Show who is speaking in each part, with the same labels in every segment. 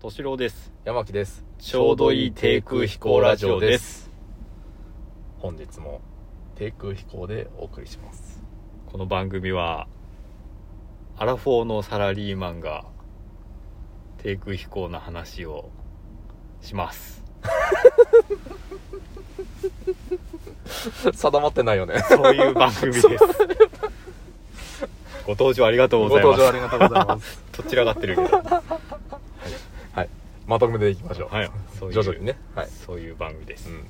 Speaker 1: 敏郎です。
Speaker 2: 山木です
Speaker 1: ちょうどいい低空飛行ラジオです。
Speaker 2: 本日も低空飛行でお送りし ます
Speaker 1: この番組は、アラフォーのサラリーマンが、低空飛行の話をします。
Speaker 2: 定まってないよね
Speaker 1: そういう番 組です。ご登場ありがとう
Speaker 2: ご
Speaker 1: ございま
Speaker 2: 登
Speaker 1: す。
Speaker 2: 場ありがとうございます
Speaker 1: とっちらがってるけど。
Speaker 2: はいまとめていきましょう、
Speaker 1: はい。そういう
Speaker 2: 徐々にねはい、
Speaker 1: そういう番組で
Speaker 2: う
Speaker 1: す。
Speaker 2: ん、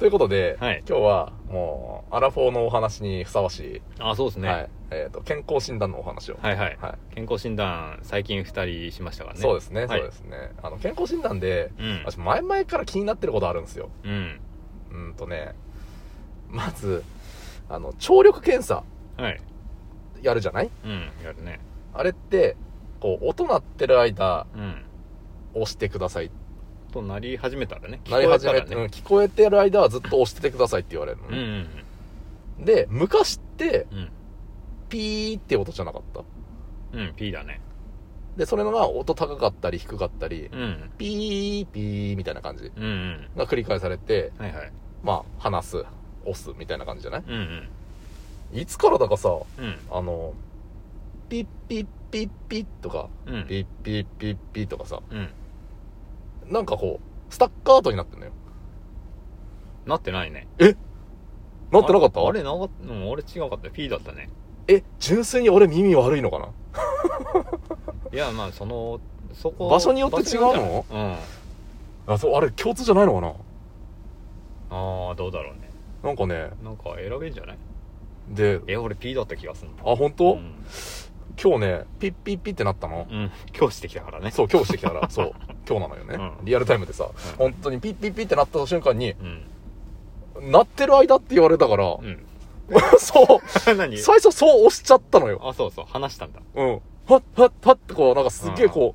Speaker 2: ということで、
Speaker 1: はい
Speaker 2: 今日はもうアラフォーのお話にふさわし
Speaker 1: あ、そうです
Speaker 2: い、
Speaker 1: ね。
Speaker 2: はいえー、と健康診断のお話を
Speaker 1: はいはい。
Speaker 2: はい
Speaker 1: 健康診断、最近二人しましたからね。
Speaker 2: そうですね、
Speaker 1: はい
Speaker 2: そうですねあの健康診断で
Speaker 1: うん。
Speaker 2: 私前々から気になってることあるんですよ
Speaker 1: うん。
Speaker 2: うんとねまずあの聴力検査
Speaker 1: はい。
Speaker 2: やるじゃない
Speaker 1: うん。やるね。
Speaker 2: あれってこう音鳴ってる間
Speaker 1: うん。
Speaker 2: 押してください
Speaker 1: となり始めたらね。
Speaker 2: 鳴り始め
Speaker 1: 聞こえた
Speaker 2: て、う
Speaker 1: ら
Speaker 2: ん
Speaker 1: ね。
Speaker 2: 聞こえてる間はずっと押しててくださいって言われるの
Speaker 1: うん。う
Speaker 2: ね、
Speaker 1: ん
Speaker 2: で昔って
Speaker 1: うん。うん
Speaker 2: ピーって音じゃなかった
Speaker 1: うん、P だね。
Speaker 2: でそれのが音高かったり低かったり、
Speaker 1: うん。
Speaker 2: ピーピーみたいな感じ
Speaker 1: うんうん。
Speaker 2: が繰り返されて
Speaker 1: はいはい。
Speaker 2: まあ話す押すみたいな感じじゃない
Speaker 1: うんうん。
Speaker 2: いつからだかさ
Speaker 1: うん。
Speaker 2: あのピッピッピッピッとか
Speaker 1: うん。
Speaker 2: ピッピッピッピッとかさ
Speaker 1: うん。
Speaker 2: なんかこうスタッカートになってんのよ
Speaker 1: なってないね。
Speaker 2: なってなかった
Speaker 1: あれ、あれなかった、うん、あれ違かった。P だったね。
Speaker 2: え純粋に俺耳悪いのかない
Speaker 1: や、まあ、その、そこ。
Speaker 2: 場所によって違うの
Speaker 1: 場所によってうん。
Speaker 2: あそうあれ共通じゃないのかな
Speaker 1: ああ、どうだろうね。
Speaker 2: なんかね
Speaker 1: なんか選べんじゃない
Speaker 2: で
Speaker 1: え、俺 P だった気がする
Speaker 2: あ
Speaker 1: の。
Speaker 2: 本
Speaker 1: う
Speaker 2: 当、
Speaker 1: ん
Speaker 2: 今日ねピッピッピってなったの、
Speaker 1: うん。今日してきたからね。
Speaker 2: そう今日してきたからそう今日なのよね、
Speaker 1: うん
Speaker 2: リアルタイムでさ、本当にピッピッピってなった瞬間に
Speaker 1: う。うん。
Speaker 2: 鳴ってる間って言われたから、
Speaker 1: うん。
Speaker 2: そう
Speaker 1: 何
Speaker 2: 最初そう押しちゃったのよ
Speaker 1: あ、そうそう。話したんだ。
Speaker 2: うんはっはっはってこうなんかすっげえこ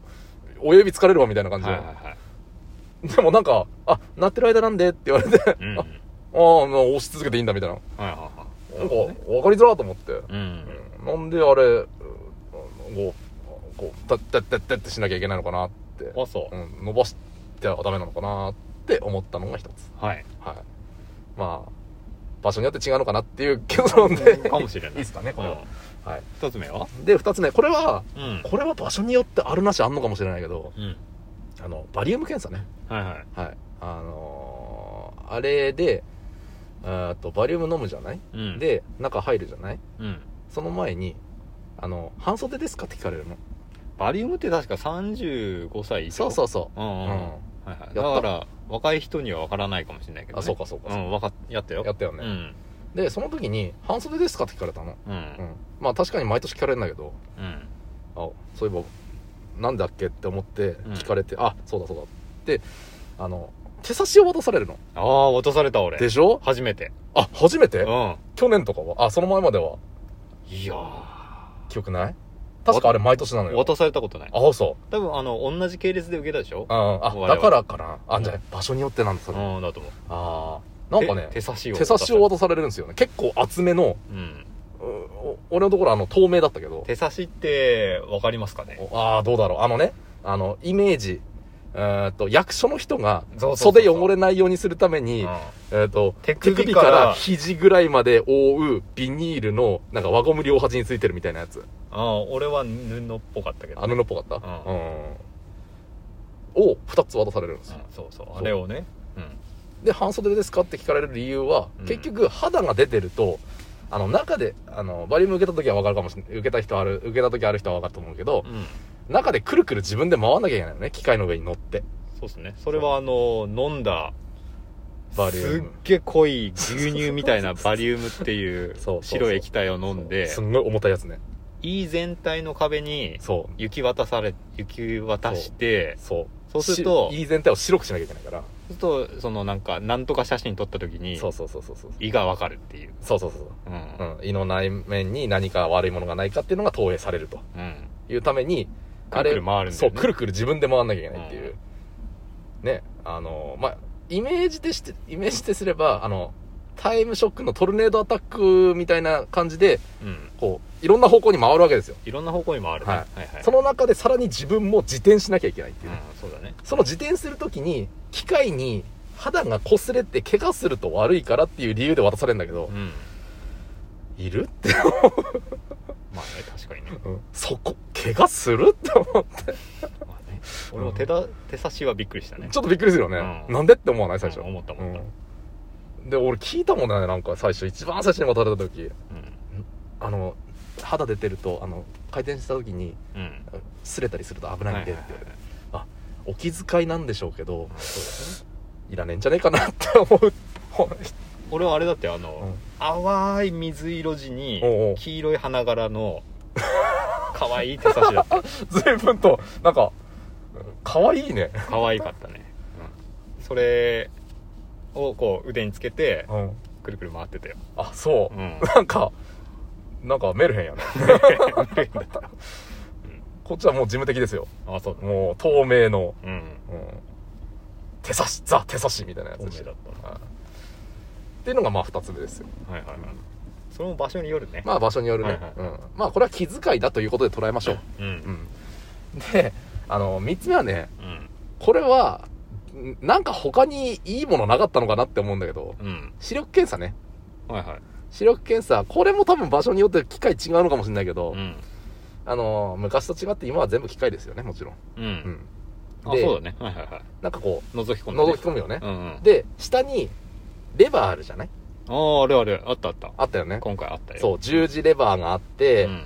Speaker 2: う、親指疲れるわみたいな感じ
Speaker 1: は
Speaker 2: で、
Speaker 1: いはいはい。
Speaker 2: でもなんか「あ鳴ってる間なんで」って言われてあ
Speaker 1: うん うん。はい
Speaker 2: あ押し続けていいんだみたいな
Speaker 1: はいは
Speaker 2: なんか分かりづらーと思って、
Speaker 1: い。うん。
Speaker 2: うんなんであれうんこうこうタッタッタッタッってしなきゃいけないのかなって、
Speaker 1: あ、そ
Speaker 2: うん、伸ばしてはダメなのかなって思ったのが一つ
Speaker 1: う。 はい。
Speaker 2: はいまあ場所によって違うのかなっていう結論で
Speaker 1: かもしれない。
Speaker 2: すかね
Speaker 1: うん
Speaker 2: はい
Speaker 1: 一つ目は
Speaker 2: で二つ目これは
Speaker 1: うん。
Speaker 2: これは場所によってあるなしあんのかもしれないけど
Speaker 1: うん。
Speaker 2: あのバリウム検査ね
Speaker 1: はいはい。
Speaker 2: はいあのーあれでえっとバリウム飲むじゃない、
Speaker 1: うん、
Speaker 2: で中入るじゃない
Speaker 1: うん、
Speaker 2: その前にあの半袖ですかって聞かれるの
Speaker 1: バリウムって確か35歳以上
Speaker 2: そうそううそ
Speaker 1: うんうん、
Speaker 2: う、う
Speaker 1: うんんはいはい、だ
Speaker 2: た
Speaker 1: から若い人には分からないかもしれないけど、ね、
Speaker 2: あそうかそうか
Speaker 1: う
Speaker 2: そうか、
Speaker 1: ん分かっやったよ
Speaker 2: やったよね、
Speaker 1: うん
Speaker 2: でその時に「半袖ですか?」って聞かれたの、
Speaker 1: うん
Speaker 2: うん、まあ確かに毎年聞かれるんだけど
Speaker 1: うん
Speaker 2: あそういえばなんだっけって思って
Speaker 1: ん
Speaker 2: 聞かれて、あそうだそうだであの手差しを渡されるの
Speaker 1: ああ落とされた俺
Speaker 2: でしょ
Speaker 1: 初めて
Speaker 2: あ初めて、
Speaker 1: うん
Speaker 2: 去年とかはあその前まではい
Speaker 1: やー
Speaker 2: 記憶ない確かあれ毎年なのよ
Speaker 1: 渡されたことない
Speaker 2: あそ
Speaker 1: 多分あの同じ系列で受けたでしょ
Speaker 2: ううんあ
Speaker 1: 我々
Speaker 2: だからかなあじゃ
Speaker 1: う
Speaker 2: あ場所によってなんだそれ、あ
Speaker 1: うんだと思う
Speaker 2: あーなんかね
Speaker 1: 手手差しを
Speaker 2: 手差しを渡されるんですよね結構厚めの
Speaker 1: うん
Speaker 2: うお俺のところあの透明だったけど
Speaker 1: 手差しって分かりますかね
Speaker 2: おああどうだろうあのねあのイメージえーっと役所の人が
Speaker 1: そうそうそうそう
Speaker 2: 袖汚れないようにするために
Speaker 1: うん
Speaker 2: えーっと
Speaker 1: 手
Speaker 2: 手
Speaker 1: 首
Speaker 2: 首
Speaker 1: か
Speaker 2: からら肘ぐらいまで覆うビニールのなんか輪ゴム両端についてるみたいなやつ
Speaker 1: あー俺は布っぽかったけど
Speaker 2: あ布っぽかった
Speaker 1: う
Speaker 2: うんんを2つ渡されるんですよ
Speaker 1: うんそうそうあれをねうん
Speaker 2: で半袖ですかって聞かれる理由は、
Speaker 1: うん
Speaker 2: 結局肌が出てるとあの中であのバリウム受けた時は分かるかもしれない受けた人ある受けた時ある人は分かると思うけど、
Speaker 1: うん
Speaker 2: 中でくるくる自分で回んなきゃいけないのね機械の上に乗って
Speaker 1: そうですねそれはあの飲んだ
Speaker 2: バリウム
Speaker 1: すっげえ濃い牛乳みたいなバリウムっていう
Speaker 2: そうそうそう
Speaker 1: 白い液体を飲んです
Speaker 2: んごい重たいやつね
Speaker 1: 胃全体の壁に
Speaker 2: そう
Speaker 1: 行き渡され行き渡して
Speaker 2: そう
Speaker 1: そうすると
Speaker 2: し胃全体を白くしなきゃいけないから
Speaker 1: そうするとそのなんかなんとか写真撮った時に
Speaker 2: そうそうそうそうそう
Speaker 1: 胃がわかるっていう
Speaker 2: そうそうそう
Speaker 1: うん
Speaker 2: そう、うん、胃の内面に何か悪いものがないかっていうのが投影されると
Speaker 1: うん
Speaker 2: いうためにあれ
Speaker 1: くるくる回るんだよね
Speaker 2: そうくるくる自分で回んなきゃいけないっていう、ねあのまあイメージでしてイメージですればあのタイムショックのトルネードアタックみたいな感じで、
Speaker 1: うん
Speaker 2: こう、いろんな方向に回るわけですよ。
Speaker 1: いろんな方向にもあるね、
Speaker 2: は
Speaker 1: はいい、はい
Speaker 2: その中でさらに自分も自転しなきゃいけないっていうね。
Speaker 1: うんそうだね
Speaker 2: その自転するときに、機械に肌が擦れて怪我すると悪いからっていう理由で渡されるんだけど
Speaker 1: う、ん
Speaker 2: いるって、
Speaker 1: まあね確かにね,、
Speaker 2: そこ、怪我するって思って。
Speaker 1: まあ、ね俺も手だ手差しはびっくりしたね
Speaker 2: ちょっとびっくりするよね。
Speaker 1: うん
Speaker 2: なんでって思わない最初。
Speaker 1: うん思った思った
Speaker 2: うんで、俺聞いたもんね、なんか最初、一番最初に渡された時、
Speaker 1: う
Speaker 2: あの、肌出てると、あの、回転した時に、
Speaker 1: んうん
Speaker 2: 擦れたりすると危ないんでっ
Speaker 1: はい
Speaker 2: て
Speaker 1: はいはいはい
Speaker 2: お気遣いなんでしょうけど
Speaker 1: うんそうだね
Speaker 2: いらねえんじゃねえかなって思う ほら
Speaker 1: 俺はあれだってあ
Speaker 2: う
Speaker 1: の
Speaker 2: ん、
Speaker 1: 淡い水色地に
Speaker 2: おうおう
Speaker 1: 黄色い花柄の 可愛い手差しだった
Speaker 2: 随分となんか可愛いね、
Speaker 1: 可愛かったね、うん、それをこう腕につけて
Speaker 2: うん、
Speaker 1: くるくる回ってたよ、
Speaker 2: あそう、
Speaker 1: うん、
Speaker 2: なんかなんかメルヘンやねこっちはもう事務的ですよ
Speaker 1: あそうだね
Speaker 2: もう透明の、
Speaker 1: うん
Speaker 2: うん、手差しザ手差しみたいなやつ
Speaker 1: 透
Speaker 2: で
Speaker 1: 明
Speaker 2: し
Speaker 1: だ
Speaker 2: た
Speaker 1: っ
Speaker 2: はいっていうのがまあ2つ目ですよ
Speaker 1: たはいはいはいそれも場所によるね、
Speaker 2: まあ場所によるね、
Speaker 1: はいはい
Speaker 2: うん、まあこれは気遣いだということで捉えましょう、
Speaker 1: うん
Speaker 2: うん、であの3つ目はね
Speaker 1: うん
Speaker 2: これは、んなんか他にいいものなかったのかなって思うんだけど、
Speaker 1: うん
Speaker 2: 視力検査ね。
Speaker 1: はいはい
Speaker 2: 視力検査。これも多分場所によって機械違うのかもしれないけど、
Speaker 1: うん
Speaker 2: あのー、昔と違って今は全部機械ですよね、もちろん。
Speaker 1: うん、
Speaker 2: うん。
Speaker 1: あ
Speaker 2: で
Speaker 1: そうだねはいはいはい
Speaker 2: なんかこ
Speaker 1: 覗き
Speaker 2: う、
Speaker 1: 込んだ、ね、
Speaker 2: 覗き込むよね。
Speaker 1: うんうん
Speaker 2: で、下に、レバーあるじゃない
Speaker 1: あああれあれあったあった
Speaker 2: あったよね。
Speaker 1: 今回あったよ
Speaker 2: そう、十字レバーがあって、
Speaker 1: うん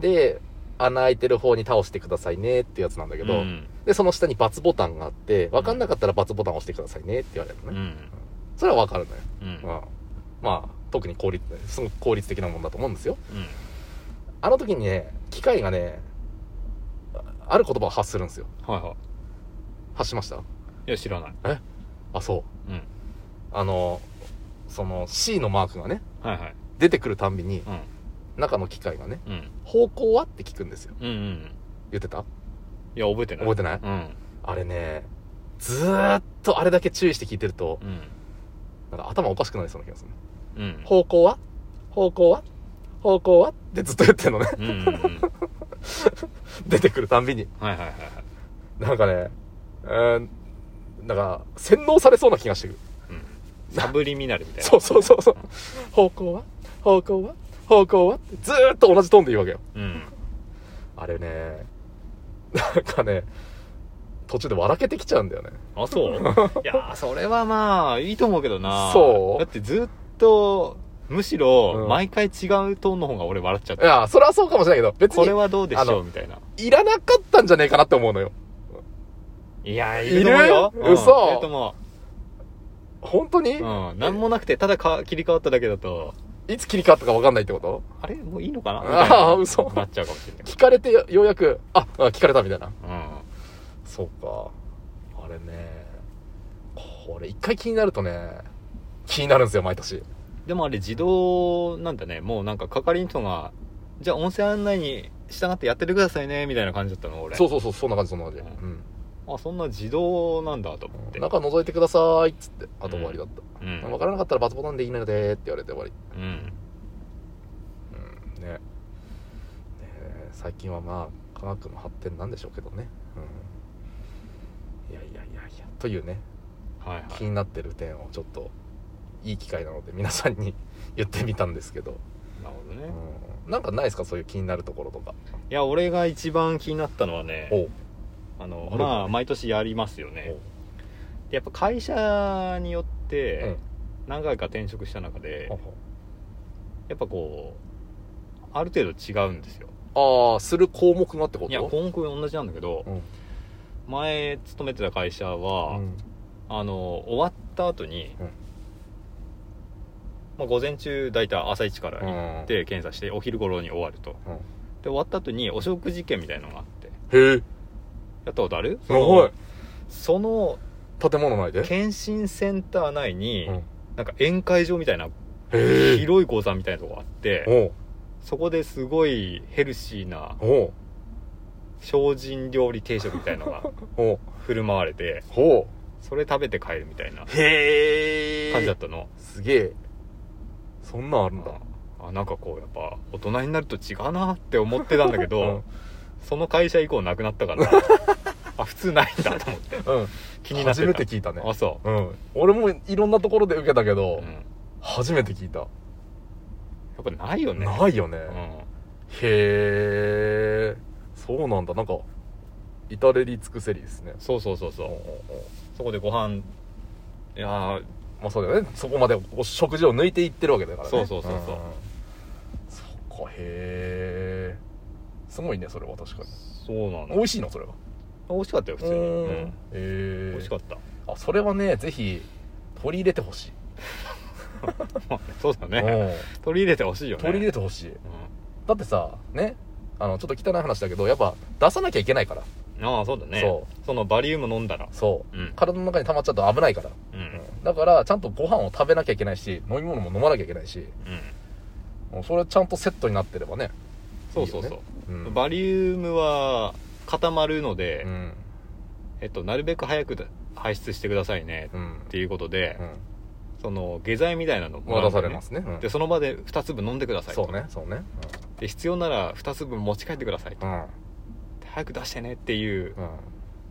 Speaker 2: で、穴開いてる方に倒してくださいねってやつなんだけど、
Speaker 1: うん
Speaker 2: で、その下に×ボタンがあって、わかんなかったら×ボタン押してくださいねって言われるの
Speaker 1: う
Speaker 2: ね。
Speaker 1: ん
Speaker 2: それはわかるのよ。
Speaker 1: うん
Speaker 2: まあ、まあ、特に効率、すごく効率的なもんだと思うんですよ。
Speaker 1: うん
Speaker 2: あの時にね、機械がね、あある言葉を発するんですよ。
Speaker 1: はいはい
Speaker 2: 発しました
Speaker 1: いや知らない
Speaker 2: あ、そう。
Speaker 1: うん
Speaker 2: あの、その C のマークがね、
Speaker 1: はいはい
Speaker 2: 出てくるたんびに、
Speaker 1: うん
Speaker 2: 中の機械がね、
Speaker 1: うん
Speaker 2: 方向はって聞くんですよ。
Speaker 1: うんうん
Speaker 2: 言ってた
Speaker 1: いや覚えてない
Speaker 2: 覚えてない
Speaker 1: うん
Speaker 2: あれね、ずーっとあれだけ注意して聞いてると、
Speaker 1: うん
Speaker 2: なんか頭おかしくなりそうな気がするね。
Speaker 1: うん
Speaker 2: 方向は方向は方向はってずっと言ってんのね。
Speaker 1: うんうんうん
Speaker 2: 出てくるたんびに。
Speaker 1: はいはいはいはい。
Speaker 2: なんかね、うーん、なんか、洗脳されそうな気がしてくる。
Speaker 1: うんサブリミナルみたいな。
Speaker 2: そうそうそうそう。方向は方向は方向はってずーっと同じトーンで言うわけよ。
Speaker 1: うん。
Speaker 2: あれね、なんかね、途中で笑けてきちゃうんだよね。
Speaker 1: あ、そうい やー、それはまあ、いいと思うけどな。
Speaker 2: そう
Speaker 1: だってずっと、むし
Speaker 2: う
Speaker 1: ろ、
Speaker 2: ん
Speaker 1: 毎回違うトーンの方が俺笑っちゃっ
Speaker 2: い
Speaker 1: た。
Speaker 2: や、それはそうかもしれないけど、別
Speaker 1: これ
Speaker 2: に
Speaker 1: はどうでし
Speaker 2: あ
Speaker 1: ょ
Speaker 2: の
Speaker 1: うみたいな。
Speaker 2: いらなかったんじゃねえかなって思うのよ。
Speaker 1: いやー、いると思うよ。
Speaker 2: いる
Speaker 1: うん
Speaker 2: 嘘
Speaker 1: いると思
Speaker 2: 本当に、
Speaker 1: う。うん。なんもなくて、ただか切り替わっただけだと、
Speaker 2: いつ切り替わったかわかんないってこと
Speaker 1: あれもういいのかなみたいな
Speaker 2: ああ、嘘。
Speaker 1: なっちゃうかもしれない。
Speaker 2: 聞かれてよようやく、あ、あ聞かれたみたいな。
Speaker 1: うん。
Speaker 2: そうか。あれね。これ一回気になるとね、気になるんですよ、毎年。
Speaker 1: でもあれ自動なんだね。もうなんか係員とが、じゃあ音声案内に従ってやっててくださいね、みたいな感じだったの、俺。
Speaker 2: そうそうそう、そんな感じ、そんな感じ。
Speaker 1: う
Speaker 2: うん。
Speaker 1: あそんな自動なんだと思って
Speaker 2: 中覗いてくださいっつって、あと終わりだった。
Speaker 1: うん
Speaker 2: 分からなかったらバツボタンでいいのでって言われて終わり。
Speaker 1: うん
Speaker 2: うん。ね。ねえ最近はまあ、科学の発展なんでしょうけどね。うん。いやいやいやいや、というね、
Speaker 1: はいはい
Speaker 2: 気になってる点をちょっと、いい機会なので皆さんに言ってみたんですけど、
Speaker 1: なるほどね、い
Speaker 2: うん、なんかないですかそういう気になるところとか
Speaker 1: や俺が一番気になったのはね
Speaker 2: おう
Speaker 1: あの
Speaker 2: ある
Speaker 1: まあ毎年やりますよねでやっぱ会社によって何回か転職した中で、やっぱこうある程度違うんですよ
Speaker 2: ああする項目がってこと
Speaker 1: いや項目同じなんだけど、
Speaker 2: うん
Speaker 1: 前勤めてた会社は、
Speaker 2: うん
Speaker 1: あの終わった後に、
Speaker 2: うん
Speaker 1: まあ、午前中大体朝一から行
Speaker 2: うん
Speaker 1: って検査してお昼頃に終わると
Speaker 2: うん
Speaker 1: で終わった後にお食事券みたいなのがあって
Speaker 2: へえ
Speaker 1: やったことある
Speaker 2: すごい
Speaker 1: その
Speaker 2: 建物内で
Speaker 1: 検診センター内に、
Speaker 2: うん
Speaker 1: なんか宴会場みたいな
Speaker 2: へえ
Speaker 1: 広い講座みたいなとこがあって
Speaker 2: おう
Speaker 1: そこですごいヘルシーな
Speaker 2: おう
Speaker 1: 精進料理定食みたいなの が
Speaker 2: おう
Speaker 1: 振る舞われて
Speaker 2: ほ
Speaker 1: それ食べて帰るみたいな
Speaker 2: うへ
Speaker 1: 感じだっ
Speaker 2: え
Speaker 1: たの
Speaker 2: すげえそんなんあるんだ
Speaker 1: あなんかこうやっぱ大人になると違うなって思ってたんだけど、
Speaker 2: うん
Speaker 1: その会社以降なくなったから あ普通ないんだと思って
Speaker 2: うん
Speaker 1: 気になってた
Speaker 2: 初めて聞いたね
Speaker 1: あそ
Speaker 2: うん俺もいろんなところで受けたけ
Speaker 1: う、う
Speaker 2: ど、
Speaker 1: ん、や
Speaker 2: 初めて聞いた、
Speaker 1: っぱないよね
Speaker 2: ないよね、
Speaker 1: うん、
Speaker 2: へえそうなんだなんか至れり尽くせりですね
Speaker 1: そうそうそうそうそこでご飯いやー
Speaker 2: まあそうだよねそこまでお食事を抜いていってるわけだからね
Speaker 1: そうそうそうそうん
Speaker 2: そっかへえすごいねそれは確かに
Speaker 1: そうなの
Speaker 2: 美味しいのそれは
Speaker 1: 美味しかったよ普通に、う
Speaker 2: へ
Speaker 1: ん、
Speaker 2: え
Speaker 1: 美味しかった
Speaker 2: あそれはねぜひ取り入れてほしい、
Speaker 1: まあそうだ
Speaker 2: う
Speaker 1: ね
Speaker 2: ん
Speaker 1: 取り入れてほしいよね
Speaker 2: 取り入れてほしいだってさねあのちょっと汚い話だけどやっぱ出さなきゃいけないから
Speaker 1: うん、ああそうだね
Speaker 2: そ
Speaker 1: そのバリウム飲んだら
Speaker 2: そう、
Speaker 1: うん
Speaker 2: 体の中に溜まっちゃうと危ないから、
Speaker 1: うんうん
Speaker 2: だからちゃんとご飯を食べなきゃいけないし飲み物も飲まなきゃいけないしもうそれはちゃんとセットになってればね
Speaker 1: そうそうそう
Speaker 2: いいようん
Speaker 1: バリウムは固まるので、
Speaker 2: うん
Speaker 1: えっと、なるべく早くだ排出してくださいね
Speaker 2: うん
Speaker 1: っていうことで、
Speaker 2: うん
Speaker 1: その下剤みたいなのもら
Speaker 2: 渡
Speaker 1: うんだ
Speaker 2: さ
Speaker 1: よ
Speaker 2: れ
Speaker 1: ね
Speaker 2: ますね、うん
Speaker 1: でその場で2粒飲んでくださいと
Speaker 2: そうねそうね
Speaker 1: で必要なら2粒持ち帰ってくださいと
Speaker 2: うん
Speaker 1: 早く出してねっていう
Speaker 2: うん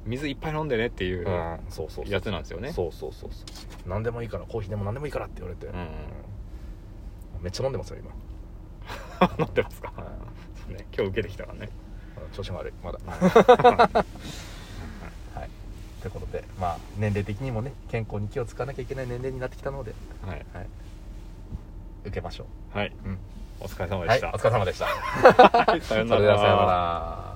Speaker 1: 水いっぱい飲んでねっていううん
Speaker 2: そうそうそう
Speaker 1: やつなんですよね
Speaker 2: そうそうそうそう何でもいいからコーヒーでも何でもいいからって言われて、
Speaker 1: うん
Speaker 2: うんめっちゃ飲んでますよ今、
Speaker 1: 飲んでますか、
Speaker 2: はい
Speaker 1: そうね、今日受けてきたからね
Speaker 2: うん調子が悪いまだはいということでまあ年齢的にもね健康に気を使わなきゃいけない年齢になってきたので、
Speaker 1: はい、
Speaker 2: はい、受けましょ
Speaker 1: はい、
Speaker 2: う、うん
Speaker 1: お疲れ様
Speaker 2: は
Speaker 1: で
Speaker 2: い
Speaker 1: し
Speaker 2: お
Speaker 1: た、
Speaker 2: 疲れ様でした
Speaker 1: はい、さ
Speaker 2: そ
Speaker 1: よ
Speaker 2: れ
Speaker 1: う
Speaker 2: ではさようなら